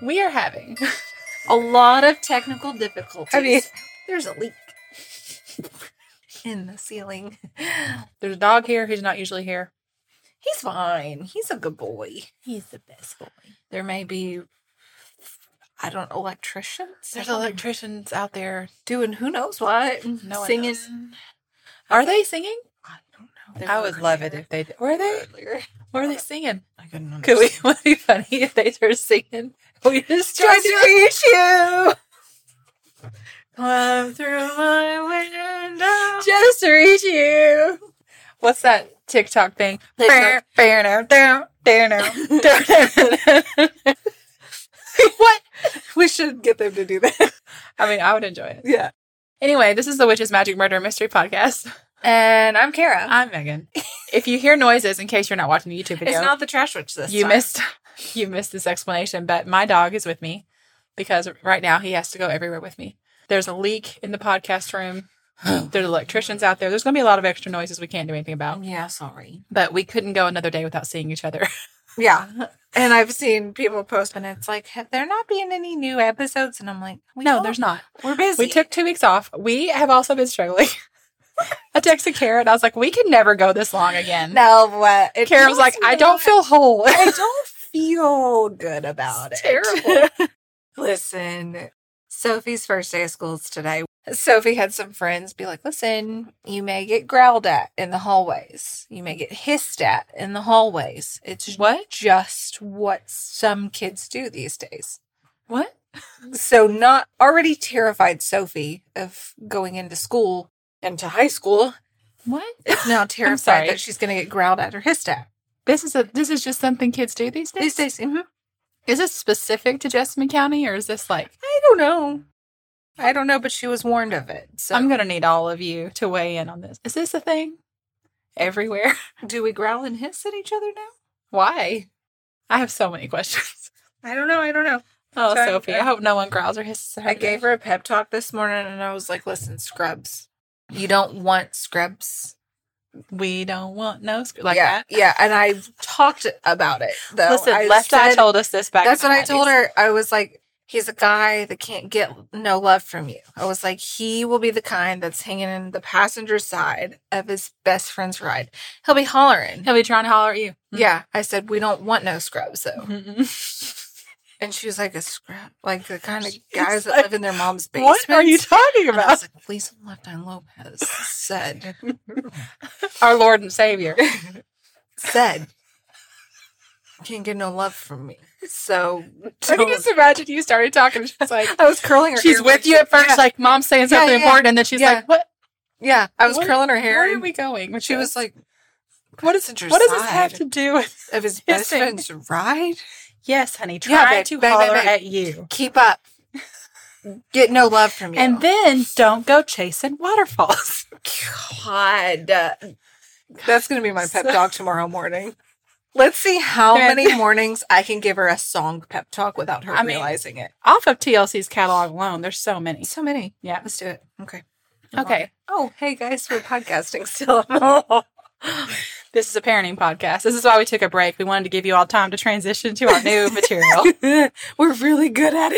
We are having. A lot of technical difficulties. There's a leak in the ceiling. There's a dog here who's not usually here. He's fine. He's a good boy. He's the best boy. There may be, I don't know, electricians. There's electricians out there. doing who knows what. No one singing. knows. Are they singing? I don't know. They I were would love it earlier. if they did. Were they? Earlier. Were they singing? I couldn't Could we? Would it be funny if they started singing? We just try tried to. to reach you. Climb through my window. just to reach you. What's that TikTok thing? They start- what? We should get them to do that. I mean, I would enjoy it. Yeah. Anyway, this is the Witches Magic Murder Mystery Podcast. And I'm Kara. I'm Megan. If you hear noises, in case you're not watching the YouTube video, it's not the trash witch this you time. missed you missed this explanation. But my dog is with me because right now he has to go everywhere with me. There's a leak in the podcast room. There's electricians out there. There's going to be a lot of extra noises we can't do anything about. Yeah, sorry. But we couldn't go another day without seeing each other. Yeah. And I've seen people post, and it's like, have there not been any new episodes? And I'm like, we no, don't- there's not. We're busy. We took two weeks off. We have also been struggling. I texted Kara and I was like, we can never go this long again. no, but it Kara was feels like, I don't really- feel whole. I don't feel good about It's it. listen, Sophie's first day of school is today. Sophie had some friends be like, listen, you may get growled at in the hallways. You may get hissed at in the hallways. It's What? just what some kids do these days. What? So, not already terrified Sophie of going into school and to high school What? is now sorry. terrified that she's going to get growled at or hissed at This is a this is just something kids do these days. these days. mhm. Is this specific to Jessamine County or is this like I don't know. I don't know, but she was warned of it. So, I'm gonna need all of you to weigh in on this. Is this a thing? Everywhere? do we growl and hiss at each other now? Why? I have so many questions. I don't know. I don't know. Oh, Sorry. Sophie, I hope no one growls or hisses. at I gave her a pep talk this morning and I was like, listen, scrubs. You don't want scrubs. We don't want no sc- like yeah. that. Yeah. And I talked about it though. Listen, I Left Eye said- told us this back. That's in what the I told 90s. her. I was like, he's a guy that can't get no love from you. I was like, he will be the kind that's hanging in the passenger side of his best friend's ride. He'll be hollering. He'll be trying to holler at you. Yeah. I said, we don't want no scrubs though. Mhm. And she was like, a scrub, like the kind of She's guys that like, live in their mom's basement. What are you talking And I was about? like, Lisa Left Eye Lopez said, Our Lord and Savior. said, can't get no love from me. So I can just imagine you started talking. She's like, I was curling her she's hair with you at first, Yeah. like mom's saying Yeah, something yeah, yeah. important, and then she's Yeah. like, "What? yeah, I was Where- curling her hair. Where are and we going?" When she was like, "What is passenger What does this side have to do with?" of his best Hissing. friend's ride? Yes, honey, try Yeah, babe, to babe, babe, holler babe. at you, Keep up. Get no love from you. and then don't go chasing waterfalls. God. That's going to be my pep So- talk tomorrow morning. Let's see how Man. many mornings I can give her a song pep talk without her I mean- realizing it. Off of TLC's catalog alone, there's so many. So many. Yeah. Let's do it. Okay. Okay, Oh, hey guys, we're podcasting still. this is a parenting podcast. This is why we took a break. We wanted to give you all time to transition to our new material. we're really good at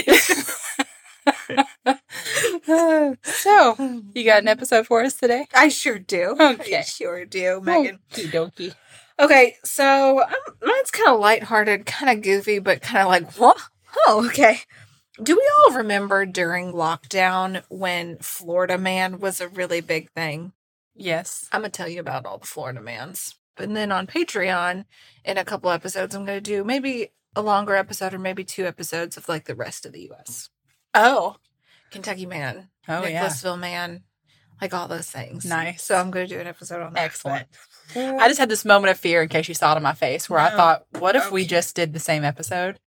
it. So, you got an episode for us today? I sure do. Okay. I sure do, Megan. Okey dokey. Okay, so um, mine's kind of lighthearted, kind of goofy, but kind of like, what? Oh, okay. Do we all remember during lockdown when Florida Man was a really big thing? Yes. I'm going to tell you about all the Florida Mans. And then on Patreon, in a couple episodes, I'm going to do maybe a longer episode or maybe two episodes of like the rest of the U.S. Oh. Kentucky Man, Oh yeah. Nicholasville Man, like all those things. Nice. So I'm going to do an episode on that. Excellent. But- I just had this moment of fear in case you saw it on my face where I No. thought, what if we Okay. just did the same episode?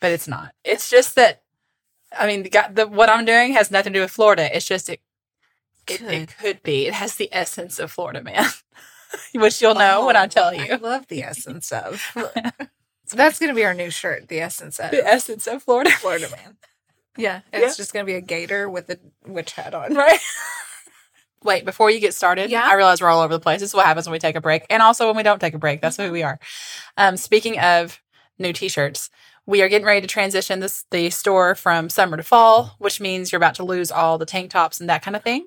But it's not. It's just that I mean, the, guy- the what I'm doing has nothing to do with Florida. It's just it it, it could be. It has the essence of Florida, man. Which you'll know when I tell Oh, I you. love the essence of. So that's gonna be our new shirt. The essence of The essence of Florida. Florida man. Yeah, it's Yeah. just gonna be a gator with a witch hat on. Right. Wait, before you get started, Yeah. I realize we're all over the place. This is what happens when we Mm-hmm. take a break. And also when we don't take a break. That's who we are. Um, speaking of new t shirts, we are getting ready to transition this the store from summer to fall, which means you're about to lose all the tank tops and that kind of thing.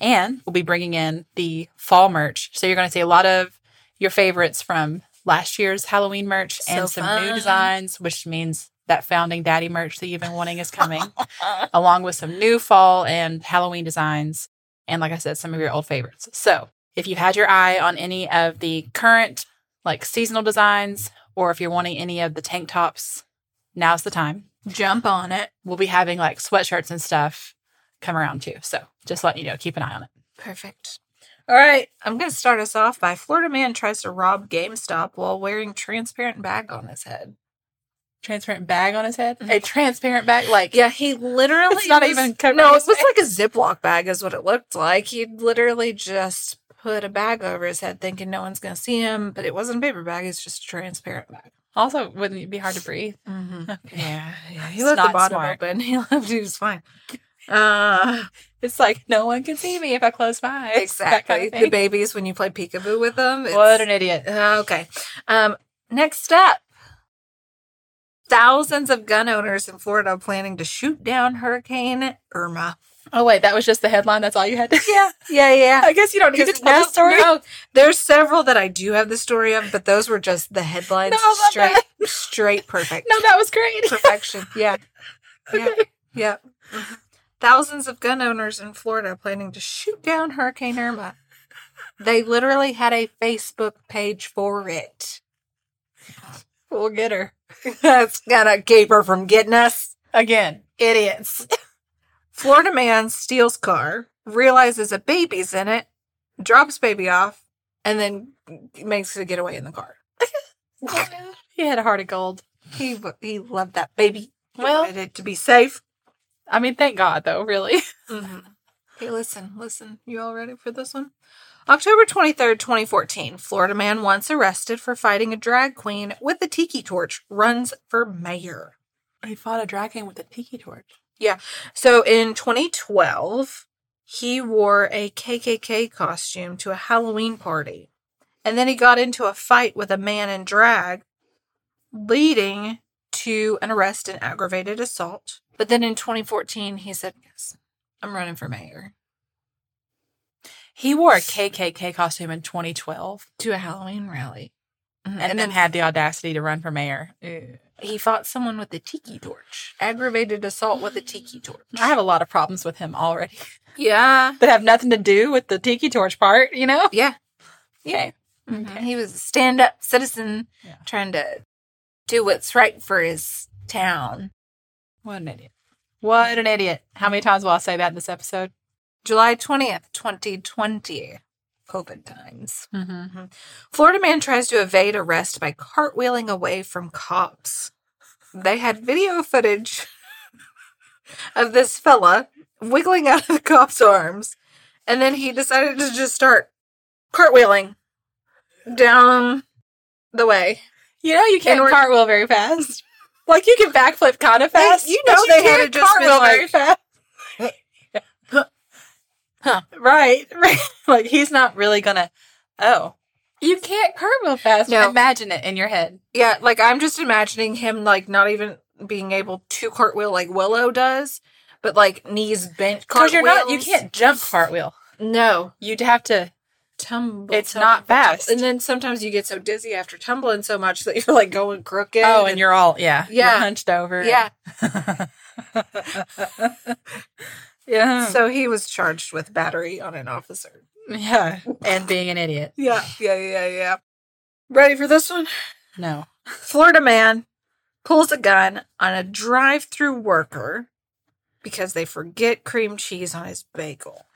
And we'll be bringing in the fall merch, so you're going to see a lot of your favorites from last year's Halloween merch and So some new fun. designs, which means that founding daddy merch that you've been wanting is coming, along with some new fall and Halloween designs. And like I said, some of your old favorites. So if you had your eye on any of the current like seasonal designs, or if you're wanting any of the tank tops, now's the time. Jump on it. We'll be having like sweatshirts and stuff come around too. So just letting you know, keep an eye on it. Perfect. All right, I'm going to start us off by Florida man tries to rob GameStop while wearing transparent bag on his head. Transparent bag on his head. A transparent bag, like Yeah, he literally It's not was- even covering No, it his was like a Ziploc bag is what it looked like. He literally just put a bag over his head thinking no one's going to see him, but it wasn't a paper bag, it's just a transparent bag. Also, wouldn't it be hard to breathe? Mm-hmm. Yeah, yeah. He It's left the not bottom smart. open. He left it was fine. Uh, It's like no one can see me if I close my eyes. That kind exactly. of the thing. babies when you play peekaboo with them. what it's- an idiot! Uh, okay. Um, next up. Thousands of gun owners in Florida are planning to shoot down Hurricane Irma. Oh wait, that was just the headline. That's all you had. To- Yeah, yeah, yeah. I guess you don't need to Because tell the no- story. no, there's several that I do have the story of, but those were just the headlines. No, I love straight, straight, perfect, No, that was great. perfection. Yeah, yeah, yeah. Mm-hmm. Thousands of gun owners in Florida are planning to shoot down Hurricane Irma. They literally had a Facebook page for it. We'll get her That's gonna keep her from getting us. again. Idiots. Florida man steals car, realizes a baby's in it, drops baby off, and then makes a getaway in the car. he had a heart of gold. He he loved that baby. He Well- wanted it to be safe. I mean, thank God though. Really. Mm-hmm. Hey, listen, listen. You all ready for this one? October 23rd, 2014. Florida man once arrested for fighting a drag queen with a tiki torch runs for mayor. He fought a dragon with a tiki torch. So in 2012, he wore a KKK costume to a Halloween party. And then he got into a fight with a man in drag, leading to an arrest and aggravated assault. But then in 2014, he said, Yes, I'm running for mayor He wore a KKK costume in 2012, to a Halloween rally. Mhm. Mm-hmm. and, then, had the audacity to run for mayor. he fought someone with a tiki torch. Aggravated assault with a tiki torch. I have a lot of problems with him already yeah. that have nothing to do with the tiki torch part. You know. Yeah. Yeah. Mhm. He was a stand up citizen Yeah. trying to do what's right for his town. What an idiot. What an idiot. How many times will I say that in this episode? July 20th, 2020, COVID times. Mm-hmm. Florida man tries to evade arrest by cartwheeling away from cops. They had video footage of this fella wiggling out of the cops' arms, and then he decided to just start cartwheeling down the way. You know, you can't And we're- cartwheel very fast. Like you can backflip kind of fast. you know but they had can't to just been cartwheel very fast. Huh. Right, right. Like he's not really gonna. Oh, you can't cartwheel fast. No. Imagine it in your head. Yeah, like I'm just imagining him like not even being able to cartwheel like Willow does, but like knees bent Because you're not. You cartwheels. can't jump cartwheel. No, You'd have to. tumble. It's not fast. And then sometimes you get so dizzy after tumbling so much that you're like going crooked. Oh, and you're all yeah. Yeah. you're hunched over. yeah. yeah. So he was charged with battery on an officer. yeah, and being an idiot. Yeah, yeah, yeah, yeah. Ready for this one? No. Florida man pulls a gun on a drive-through worker because they forget cream cheese on his bagel.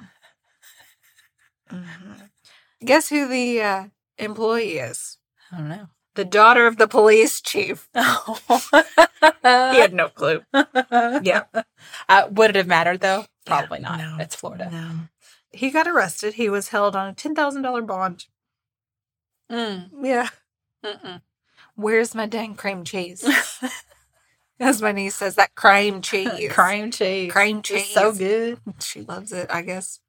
Mhm. Guess who the uh, employee is? I don't know. The daughter of the police chief. He Oh. had no clue. Yeah. Uh, would it have mattered though? Probably Yeah, not. no, It's Florida. No. He got arrested. He was held on a ten thousand dollar bond. Mm. Yeah. mm, Mm-mm. Where's my dang cream cheese? As my niece says, that cream cheese. Cream cheese. Cream It's cheese. so good. She loves it, I guess.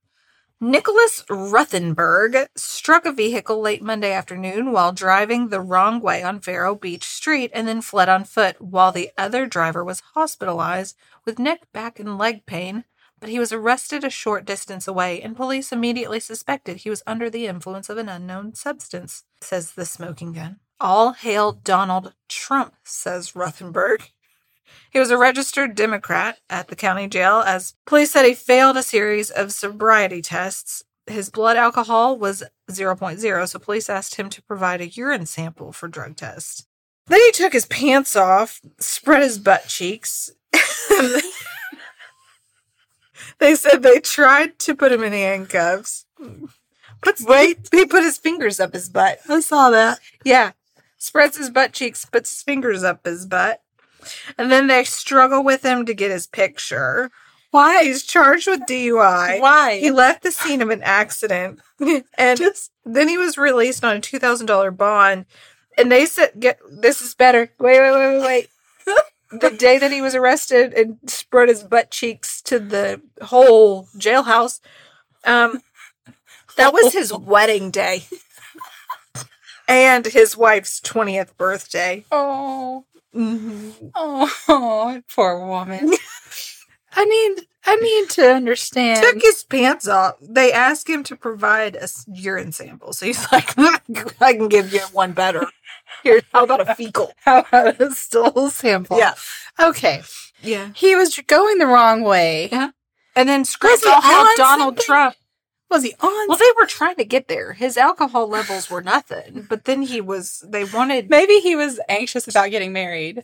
Nicholas Ruthenberg struck a vehicle late Monday afternoon while driving the wrong way on Vero Beach Street and then fled on foot while the other driver was hospitalized with neck, back, and leg pain. But he was arrested a short distance away, and police immediately suspected he was under the influence of an unknown substance, says the smoking gun. All hail Donald Trump, says Ruthenberg. He was a registered Democrat at the county jail as police said he failed a series of sobriety tests. His blood alcohol was 0.0, so police asked him to provide a urine sample for drug tests. Then he took his pants off, spread his butt cheeks. they said they tried to put him in handcuffs. But wait, he put his fingers up his butt. I saw that. Yeah. Spreads his butt cheeks, puts his fingers up his butt. And then they struggle with him to get his picture. Why? He's charged with DUI. Why? He left the scene of an accident. and then he was released on a $2,000 bond. And they said, get, this is better. Wait, wait, wait, wait, wait. the day that he was arrested and spread his butt cheeks to the whole jailhouse, um, that was his wedding day and his wife's 20th birthday. Oh, Mhm. oh, poor woman. I need I need to understand. took his pants off. They asked him to provide a s- urine sample. So he's like, I can give you one better. Here, how about a fecal? How about a stool sample? Yeah. Okay. Yeah. He was going the wrong way. Yeah. And then Was scripts he all how on Donald something? Trump. Was he on? Well, they were trying to get there. His alcohol levels were nothing, but then he was, they wanted. Maybe he was anxious about getting married.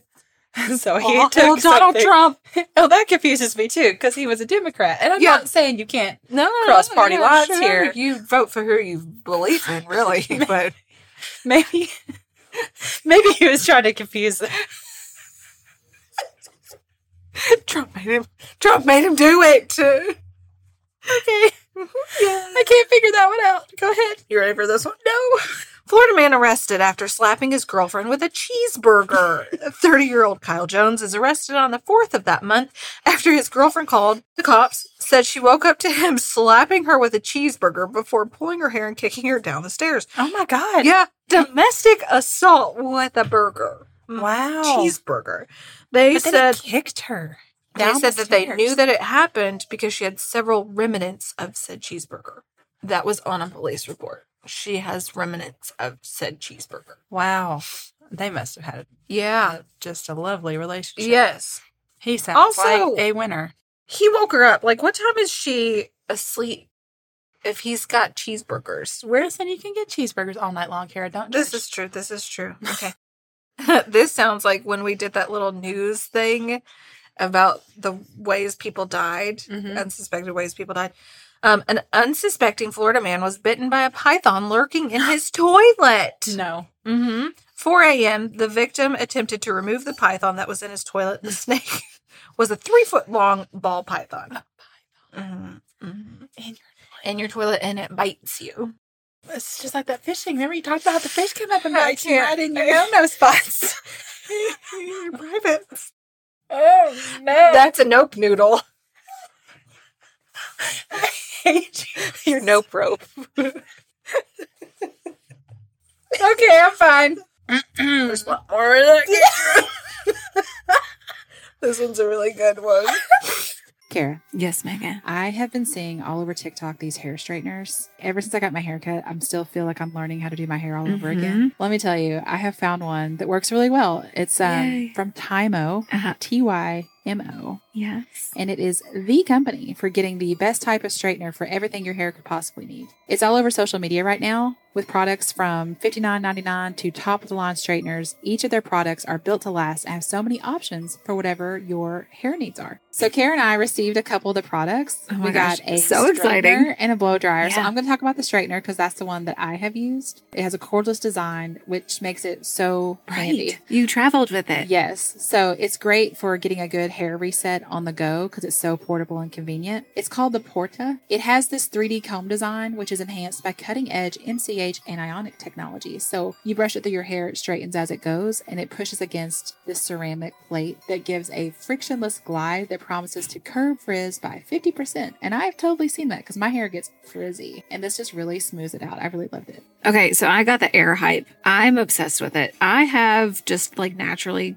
So he Well, took Donald something- Trump. Oh, that confuses me too, because he was a Democrat, and I'm Yeah. not saying you can't. No, no, no, Cross-party lines here. You vote for who you believe in, really. But Maybe, maybe he was trying to confuse. Them. Trump made him. Trump made him do it too. Okay, Yeah. I can't figure that one out. Go ahead. You ready for this one? No. Florida man arrested after slapping his girlfriend with a cheeseburger. 30 year old Kyle Jones is arrested on the 4th of that month after his girlfriend called the cops, said she woke up to him slapping her with a cheeseburger before pulling her hair and kicking her down the stairs. Oh my God! Yeah, domestic assault with a burger. Mm. Wow. Cheeseburger. They But then said he kicked her. they down said the that they stairs. knew that it happened because she had several remnants of said cheeseburger. That was on a police report. She has remnants of said cheeseburger. Wow, they must have had Yeah. a, uh, just a lovely relationship. Yes. he sounds Also- like a winner. He woke her up. Like, what time is she asleep? If he's got cheeseburgers, where's Listen, you can get cheeseburgers all night long, Kara. Don't this judge. is true. This is true. Okay. this sounds like when we did that little news thing about the ways people died. Mhm. unsuspected ways people died. Um, an unsuspecting Florida man was bitten by a python lurking in his toilet. no. Mm-hmm. 4 a.m., the victim attempted to remove the python that was in his toilet. The snake was a three foot long ball python. Mm-hmm. And In your toilet, and it bites you. It's just like that fishing. Remember you talked about how the fish came up and I bites you can't. right in your no spots. Private. oh no! That's a nope noodle. your nope rope. Okay, I'm fine. There's one more. Yeah. this one's a really good one. Kara, Yes, Megan. I have been seeing all over TikTok these hair straighteners. Ever since I got my haircut, I'm still feel like I'm learning how to do my hair all over Mm-hmm. again. Let me tell you, I have found one that works really well. It's um, Yay. from Tymo, Uh-huh. T Y M O, Yes. and it is the company for getting the best type of straightener for everything your hair could possibly need. It's all over social media right now with products from $59.99 to top of the line straighteners. Each of their products are built to last and have so many options for whatever your hair needs are. So Karen and I received a couple of the products. Oh my we gosh, got a so straightener exciting. and a blow dryer. So Yeah. I'm going to talk about the straightener because that's the one that I have used. It has a cordless design, which makes it so handy. Right. You traveled with it. Yes. So it's great for getting a good hair reset on the go because it's so portable and convenient. It's called the Porta. It has this 3D comb design, which is enhanced by cutting edge MCA Sage anionic technology. So you brush it through your hair, it straightens as it goes, and it pushes against this ceramic plate that gives a frictionless glide that promises to curb frizz by 50%. And I've totally seen that because my hair gets frizzy, and this just really smooths it out. I really loved it. Okay, so I got the air hype. I'm obsessed with it. I have just like naturally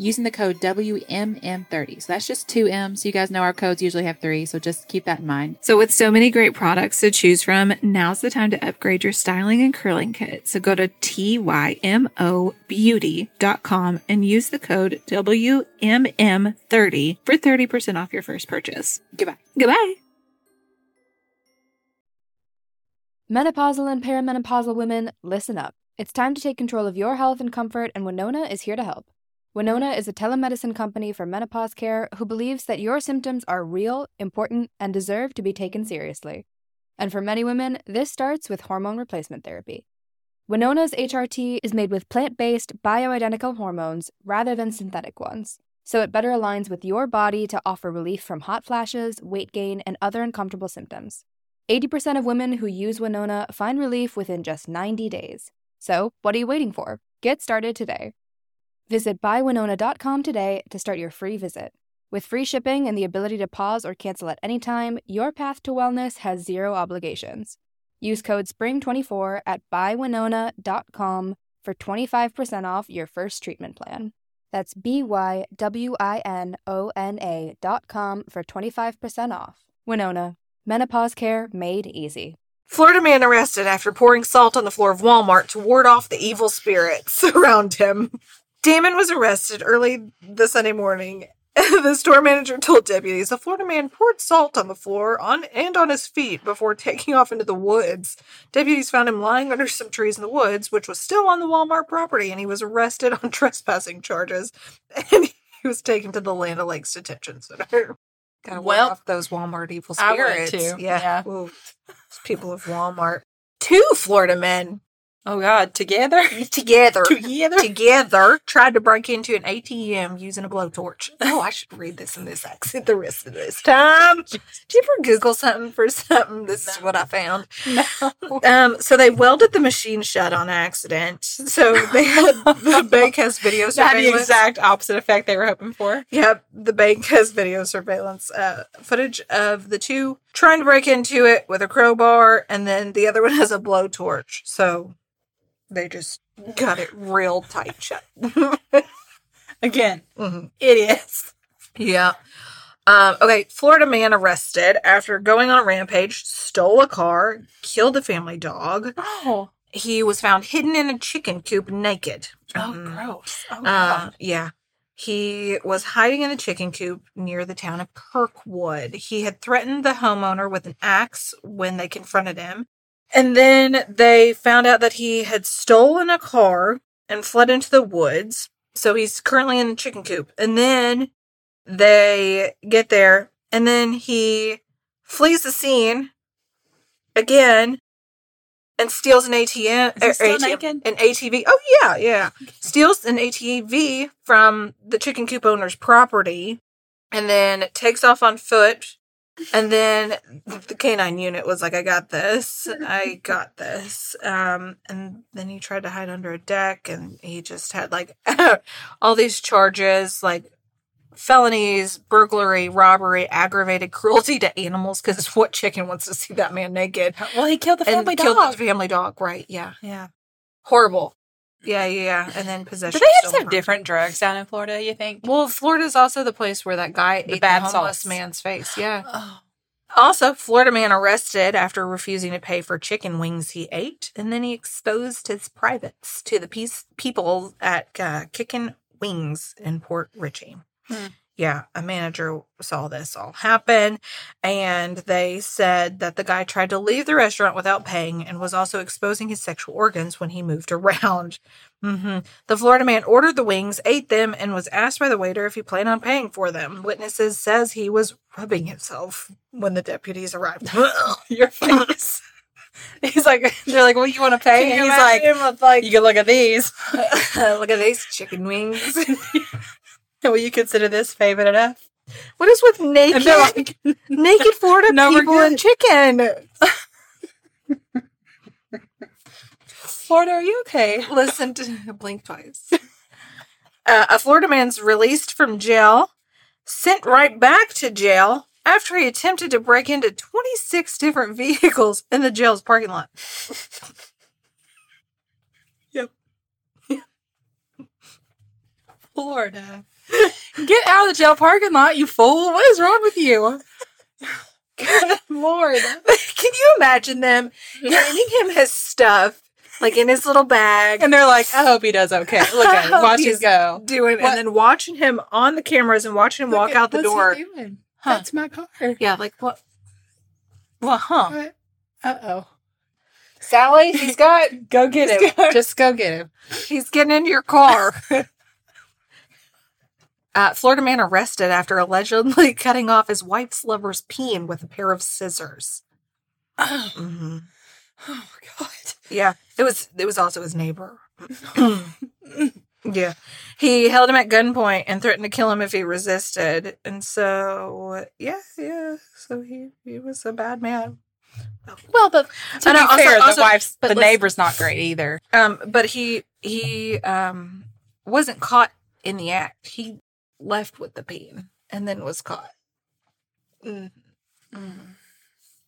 using the code WMM30. So that's just two M's. You guys know our codes usually have three, so just keep that in mind. So, with so many great products to choose from, now's the time to upgrade your styling and curling kit. So, go to TYMOBeauty.com and use the code WMM30 for 30% off your first purchase. Goodbye. Goodbye. Menopausal and perimenopausal women, listen up. It's time to take control of your health and comfort, and Winona is here to help. Winona is a telemedicine company for menopause care who believes that your symptoms are real, important, and deserve to be taken seriously. And for many women, this starts with hormone replacement therapy. Winona's HRT is made with plant based, bioidentical hormones rather than synthetic ones, so it better aligns with your body to offer relief from hot flashes, weight gain, and other uncomfortable symptoms. 80% of women who use Winona find relief within just 90 days. So, what are you waiting for? Get started today. Visit buywinona.com today to start your free visit. With free shipping and the ability to pause or cancel at any time, your path to wellness has zero obligations. Use code SPRING24 at buywinona.com for 25% off your first treatment plan. That's B Y W I N O N A dot com for 25% off. Winona, menopause care made easy. Florida man arrested after pouring salt on the floor of Walmart to ward off the evil spirits around him. Damon was arrested early the Sunday morning. the store manager told deputies the Florida man poured salt on the floor on and on his feet before taking off into the woods. Deputies found him lying under some trees in the woods, which was still on the Walmart property, and he was arrested on trespassing charges. And he was taken to the Land O'Lakes detention center. Gotta ward Well, off those Walmart evil I would spirits. too. Yeah. Yeah. Ooh. People of Walmart. Two Florida men Oh God, together, together together. together tried to break into an ATM using a blowtorch. Oh, I should read this in this accent the rest of this time. Did you ever Google something for something? This is what I found. Um, so they welded the machine shut on accident. So they had the bank has video That had the surveillance. exact opposite effect they were hoping for. Yep, the bank has video surveillance uh, footage of the two trying to break into it with a crowbar, and then the other one has a blowtorch. So they just got it real tight shut. Mm-hmm. Again, Mhm. idiots. Yeah. Um, okay, Florida man arrested after going on a rampage, stole a car, killed a family dog. Oh, He was found hidden in a chicken coop naked. Mhm. gross. Oh Uh, yeah. He was hiding in a chicken coop near the town of Kirkwood. He had threatened the homeowner with an axe when they confronted him. And then they found out that he had stolen a car and fled into the woods. So he's currently in a chicken coop. And then they get there and then he flees the scene again and steals an ATM, Is he er, still ATM naked? an ATV. Oh yeah, yeah. Steals an ATV from the chicken coop owner's property and then takes off on foot. And then the canine unit was like, I got this. I got this. Um, and then he tried to hide under a deck and he just had like all these charges like felonies, burglary, robbery, aggravated cruelty to animals because what chicken wants to see that man naked? well, he killed the family and killed dog. his family dog, right? Yeah. yeah. Horrible. Yeah, yeah, yeah. And then Do possession. they of just stolen have property. different drugs down in Florida? You think? Well, Florida's also the place where that guy The ate bad the homeless salts. man's face. Yeah. Oh, Also, Florida man arrested after refusing to pay for chicken wings he ate, and then he exposed his privates to the peace people at uh, Kickin' Wings in Port Richey. Hmm. Yeah, a manager saw this all happen, and they said that the guy tried to leave the restaurant without paying and was also exposing his sexual organs when he moved around. hmm The Florida man ordered the wings, ate them, and was asked by the waiter if he planned on paying for them. Witnesses says he was rubbing himself when the deputies arrived. Your face. He's like, they're like, well, you want to pay? And he's like, like, you can look at these. look at these chicken wings. Will you consider this payment enough? What is with naked, they're naked Florida No, we're people and chicken? Florida, are you okay? Listen to blink twice. Uh, a Florida man's released from jail, sent right back to jail after he attempted to break into 26 different vehicles in the jail's parking lot. Florida. Get out of the jail parking lot, you fool. What is wrong with you? Good Lord. Can you imagine them handing him his stuff, like in his little bag, And they're like, I hope he does okay. Look I at him. hope Watch him he's- go. doing, What? and then watching him on the cameras and watching him walk out the door? Huh. That's my car. Yeah, like what? Well, huh? Uh oh. Sally, he's got Go get him. Just go get him. He's getting into your car. uh, Florida man arrested after allegedly cutting off his wife's lover's peen with a pair of scissors. Oh, Mhm. oh God. Yeah, it was. It was also his neighbor. yeah, he held him at gunpoint and threatened to kill him if he resisted. And so, yeah, yeah. So he he was a bad man. Well, but To I know, be also- fair, also- the wife's, but the listen- neighbor's not great either. Um, but he he um wasn't caught in the act. He left with the peen and then was caught. Mm.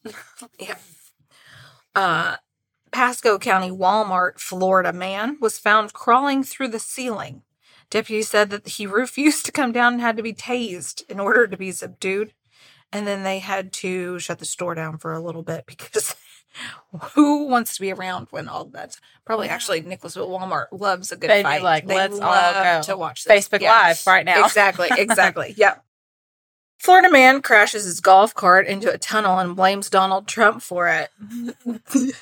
yeah. Uh, Pasco County Walmart, Florida man was found crawling through the ceiling. Deputies said that he refused to come down and had to be tased in order to be subdued. And then they had to shut the store down for a little bit because who wants to be around when all that's probably actually Nicholasville Walmart loves a good They'd be fight. like, They "Let's all love go." to watch this. Facebook Yeah. Live right now. Exactly, exactly. yep. Florida man crashes his golf cart into a tunnel and blames Donald Trump for it.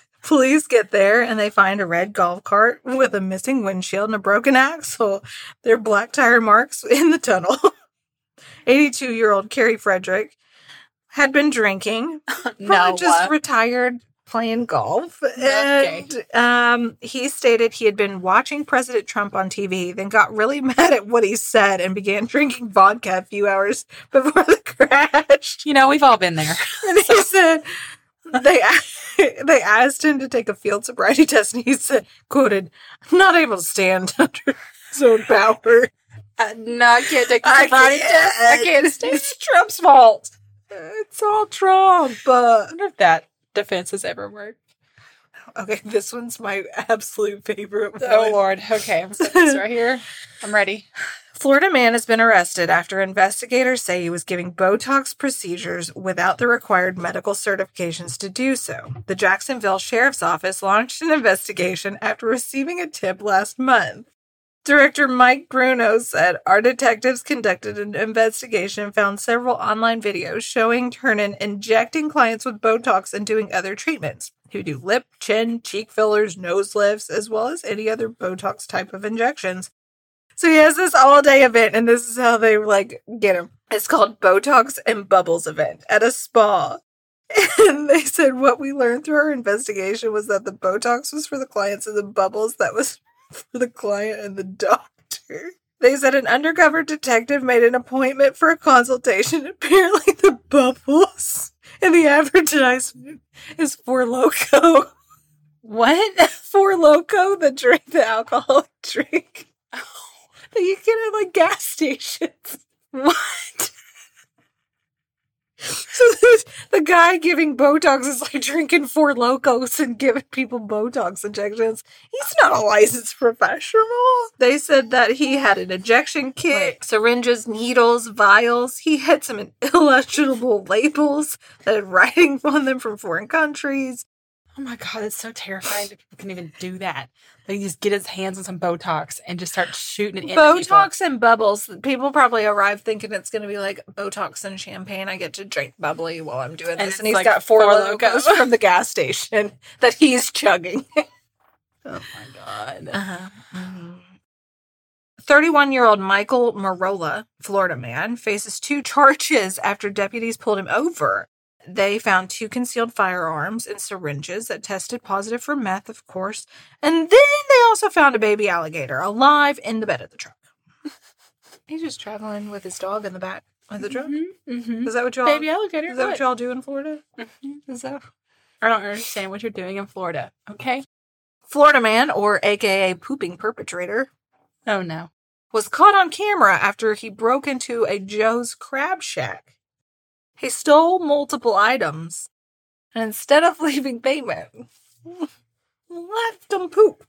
Police get there and they find a red golf cart with a missing windshield and a broken axle. There are black tire marks in the tunnel. 82 year old Carrie Frederick had been drinking, probably just retired playing golf. uh, Okay. And um, he stated he had been watching President Trump on TV, then got really mad at what he said and began drinking vodka a few hours before the crash. you know, we've all been there. And he said they a- they asked him to take a field sobriety test, and he said, "quoted I'm not able to stand under his own power. no, I can't take Uh, I can't. It's Trump's fault. It's all Trump." But I wonder if that defense has ever worked. okay, this one's my absolute favorite. One. Oh, Lord. Okay. I'm setting this right here. I'm ready. Florida man has been arrested after investigators say he was giving Botox procedures without the required medical certifications to do so. The Jacksonville Sheriff's Office launched an investigation after receiving a tip last month. Director Mike Bruno said our detectives conducted an investigation and found several online videos showing Turnin injecting clients with Botox and doing other treatments, who do lip, chin, cheek fillers, nose lifts, as well as any other Botox type of injections. So he has this all day event, and this is how they like get him. It's called Botox and Bubbles event at a spa. And they said what we learned through our investigation was that the Botox was for the clients and the bubbles that was for the client and the doctor. They said an undercover detective made an appointment for a consultation. Apparently, the bubbles in the advertisement is for Loco. What? For Loco, the drink, the alcoholic drink that you get at like gas stations. What? So the, the guy giving Botox is like drinking four locos and giving people Botox injections. He's not a licensed professional. They said that he had an injection kit, syringes, needles, vials. He had some illegible labels that had writing on them from foreign countries. Oh my god, it's so terrifying that people can even do that. They just get his hands on some Botox and just start shooting it. into people. Botox and bubbles. People probably arrive thinking it's going to be like Botox and champagne. I get to drink bubbly while I'm doing And this. it's And, he's like got four, Four locos Loko. from the gas station that he's chugging. Oh my god. 31 year old Michael Marola, Florida man, faces two charges after deputies pulled him over. They found two concealed firearms and syringes that tested positive for meth, of course. And then they also found a baby alligator alive in the bed of the truck. He's just traveling with his dog in the back of the truck. Mm-hmm. Is that what y'all? Baby alligator. is that what what? y'all do in Florida? Is that I don't understand what you're doing in Florida. Okay. Florida man, or AKA pooping perpetrator, Oh no. was caught on camera after he broke into a Joe's Crab Shack. He stole multiple items and instead of leaving payment, left them poop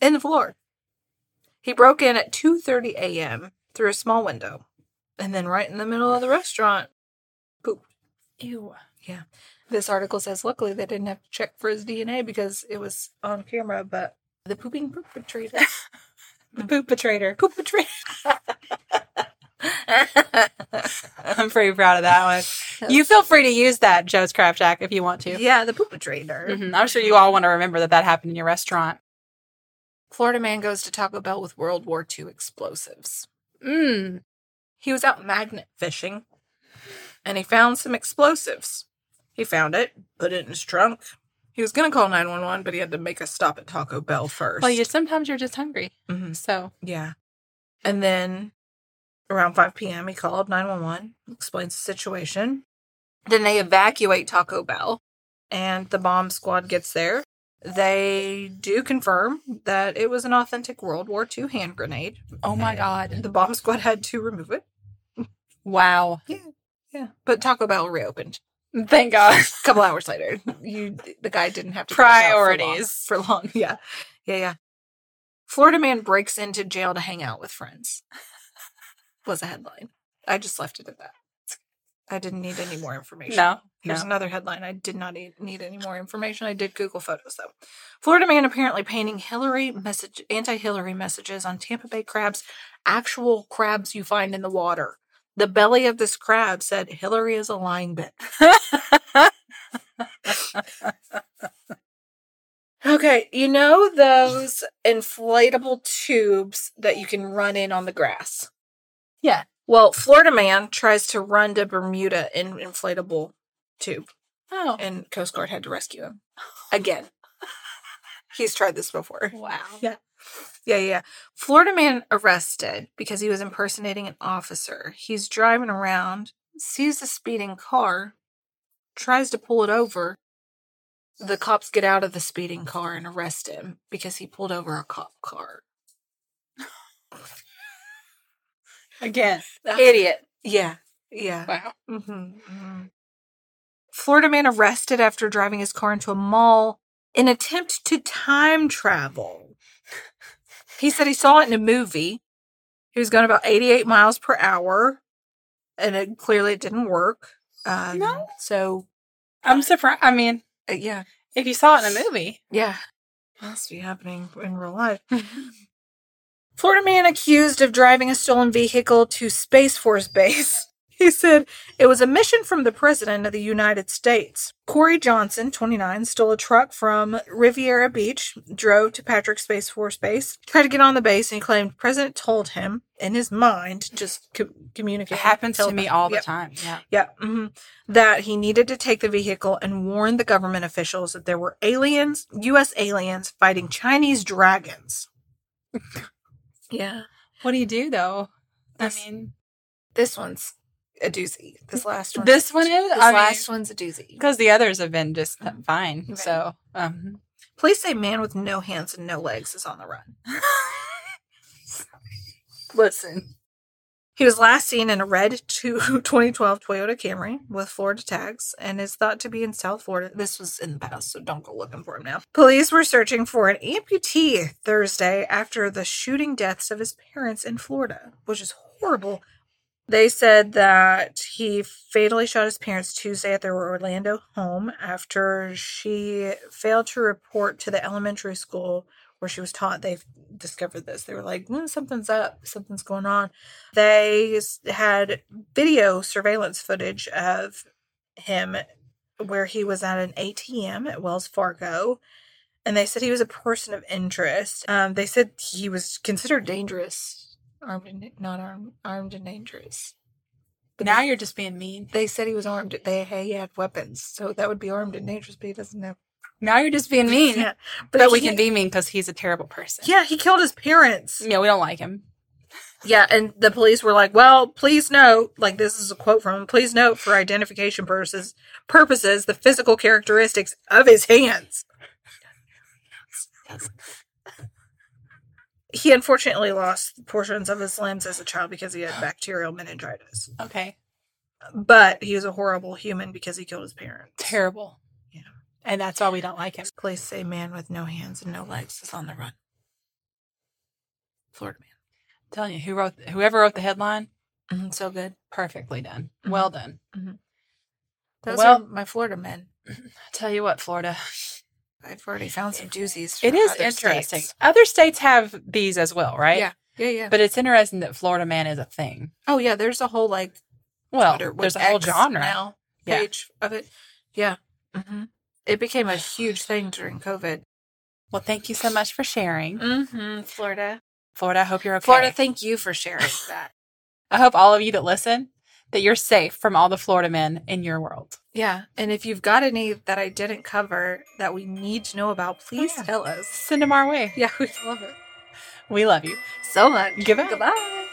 in the floor. He broke in at 2:30 a.m. through a small window and then right in the middle of the restaurant pooped. Ew. This article says luckily they didn't have to check for his DNA because it was on camera, but the pooping perpetrator. the poop betrayer. Poop betrayer. I'm pretty proud of that one. You feel free to use that Joe's Crab Shack if you want to. yeah, the poop betrayer. Mhm. I'm sure you all want to remember that that happened in your restaurant. Florida man goes to Taco Bell with World War II explosives. Mm. He was out magnet fishing and he found some explosives. He found it, put it in his trunk. He was going to call 911, but he had to make a stop at Taco Bell first. Well, you sometimes you're just hungry. Mhm. So Yeah. And then around 5 p.m., he called 911, explains the situation. Then they evacuate Taco Bell, and the bomb squad gets there. They do confirm that it was an authentic World War II hand grenade. Oh my god. The bomb squad had to remove it. Wow. Yeah. But Taco Bell reopened Thank God. a couple hours later. You, the guy didn't have to go out for long- Priorities. for long. Yeah. Yeah. Yeah. Florida man breaks into jail to hang out with friends was a headline. I just left it at that. I didn't need any more information. No. Here's No. another headline. I did not e- need any more information. I did Google photos though. Florida man apparently painting Hillary message anti-Hillary messages on Tampa Bay crabs, actual crabs you find in the water. The belly of this crab said Hillary is a lying bitch. Okay, you know those inflatable tubes that you can run in on the grass? Yeah. Well, Florida man tries to run to Bermuda in inflatable tube, Oh. and Coast Guard had to rescue him again. He's tried this before. Wow. Yeah. Yeah, yeah. Florida man arrested because he was impersonating an officer. He's driving around, sees a speeding car, tries to pull it over. The cops get out of the speeding car and arrest him because he pulled over a cop car. Again. Idiot. Yeah. Yeah. Wow. hmm Florida man arrested after driving his car into a mall in attempt to time travel. He said he saw it in a movie. He was going about 88 miles per hour, and it clearly it didn't work. Um, No. So I'm surprised. I mean, uh, yeah, if you saw it in a movie. yeah, must be happening in real life. Florida man accused of driving a stolen vehicle to Space Force Base. He said it was a mission from the President of the United States. Corey Johnson, 29, stole a truck from Riviera Beach, drove to Patrick Space Force Base, tried to get on the base, and he claimed President told him in his mind, just co- It communicate. happens to me all the Yep. time. Yeah. Yeah, hmm that he needed to take the vehicle and warn the government officials that there were aliens, U.S. aliens, fighting Chinese dragons. yeah, What do you do though? This- I mean, this one's a doozy. This last one. this Uh-huh. one is. This I last one's a doozy. because the others have been just fine. Right. So, um, Police say man with no hands and no legs is on the run. Listen. He was last seen in a red two, 2012 Toyota Camry with Florida tags and is thought to be in South Florida. This was in the past, so don't go looking for him now. Police were searching for an amputee Thursday after the shooting deaths of his parents in Florida, which is horrible. They said that he fatally shot his parents Tuesday at their Orlando home after she failed to report to the elementary school where she was taught. They've discovered this. They were like, "Hmm, something's up, something's going on. They s- had video surveillance footage of him where he was at an ATM at Wells Fargo. And they said he was a person of interest. Um, they said he was considered dangerous, armed and not armed, armed and dangerous. now you're just being mean. They said he was armed. They he had weapons, so that would be armed and dangerous. But he doesn't have. Now you're just being mean. Yeah, But, we he- can be mean because he's a terrible person. Yeah, he killed his parents. Yeah, we don't like him. Yeah, and the police were like, "Well, please note, like this is a quote from him. Please note for identification purposes, purposes the physical characteristics of his hands." He unfortunately lost portions of his limbs as a child because he had bacterial meningitis. Okay. But he was a horrible human because he killed his parents. Terrible. Yeah. And that's why we don't like him. Police say man with no hands and no legs is on the run. Florida I'm telling you, who wrote whoever wrote the headline, man. Mhm, so good. perfectly done. Mhm. Well done. Those Well- are my Florida men. I tell you what, Florida. I've already found some doozies. It from is other interesting. states. Other states have these as well, right? Yeah. Yeah, yeah. But it's interesting that Florida man is a thing. oh yeah, there's a whole like Well, Twitter with there's a whole X genre. now Yeah. Mm-hmm. page of it. Yeah. hmm It became a huge thing during COVID. Well, thank you so much for sharing. Mm-hmm. Florida. Florida, I hope you're okay. Florida, thank you for sharing that. I hope all of you that listen that you're safe from all the Florida men in your world. yeah. And if you've got any that I didn't cover that we need to know about, please Oh, yeah. tell us. Send them our way. Yeah, we love it We love you. so much. Goodbye. Goodbye.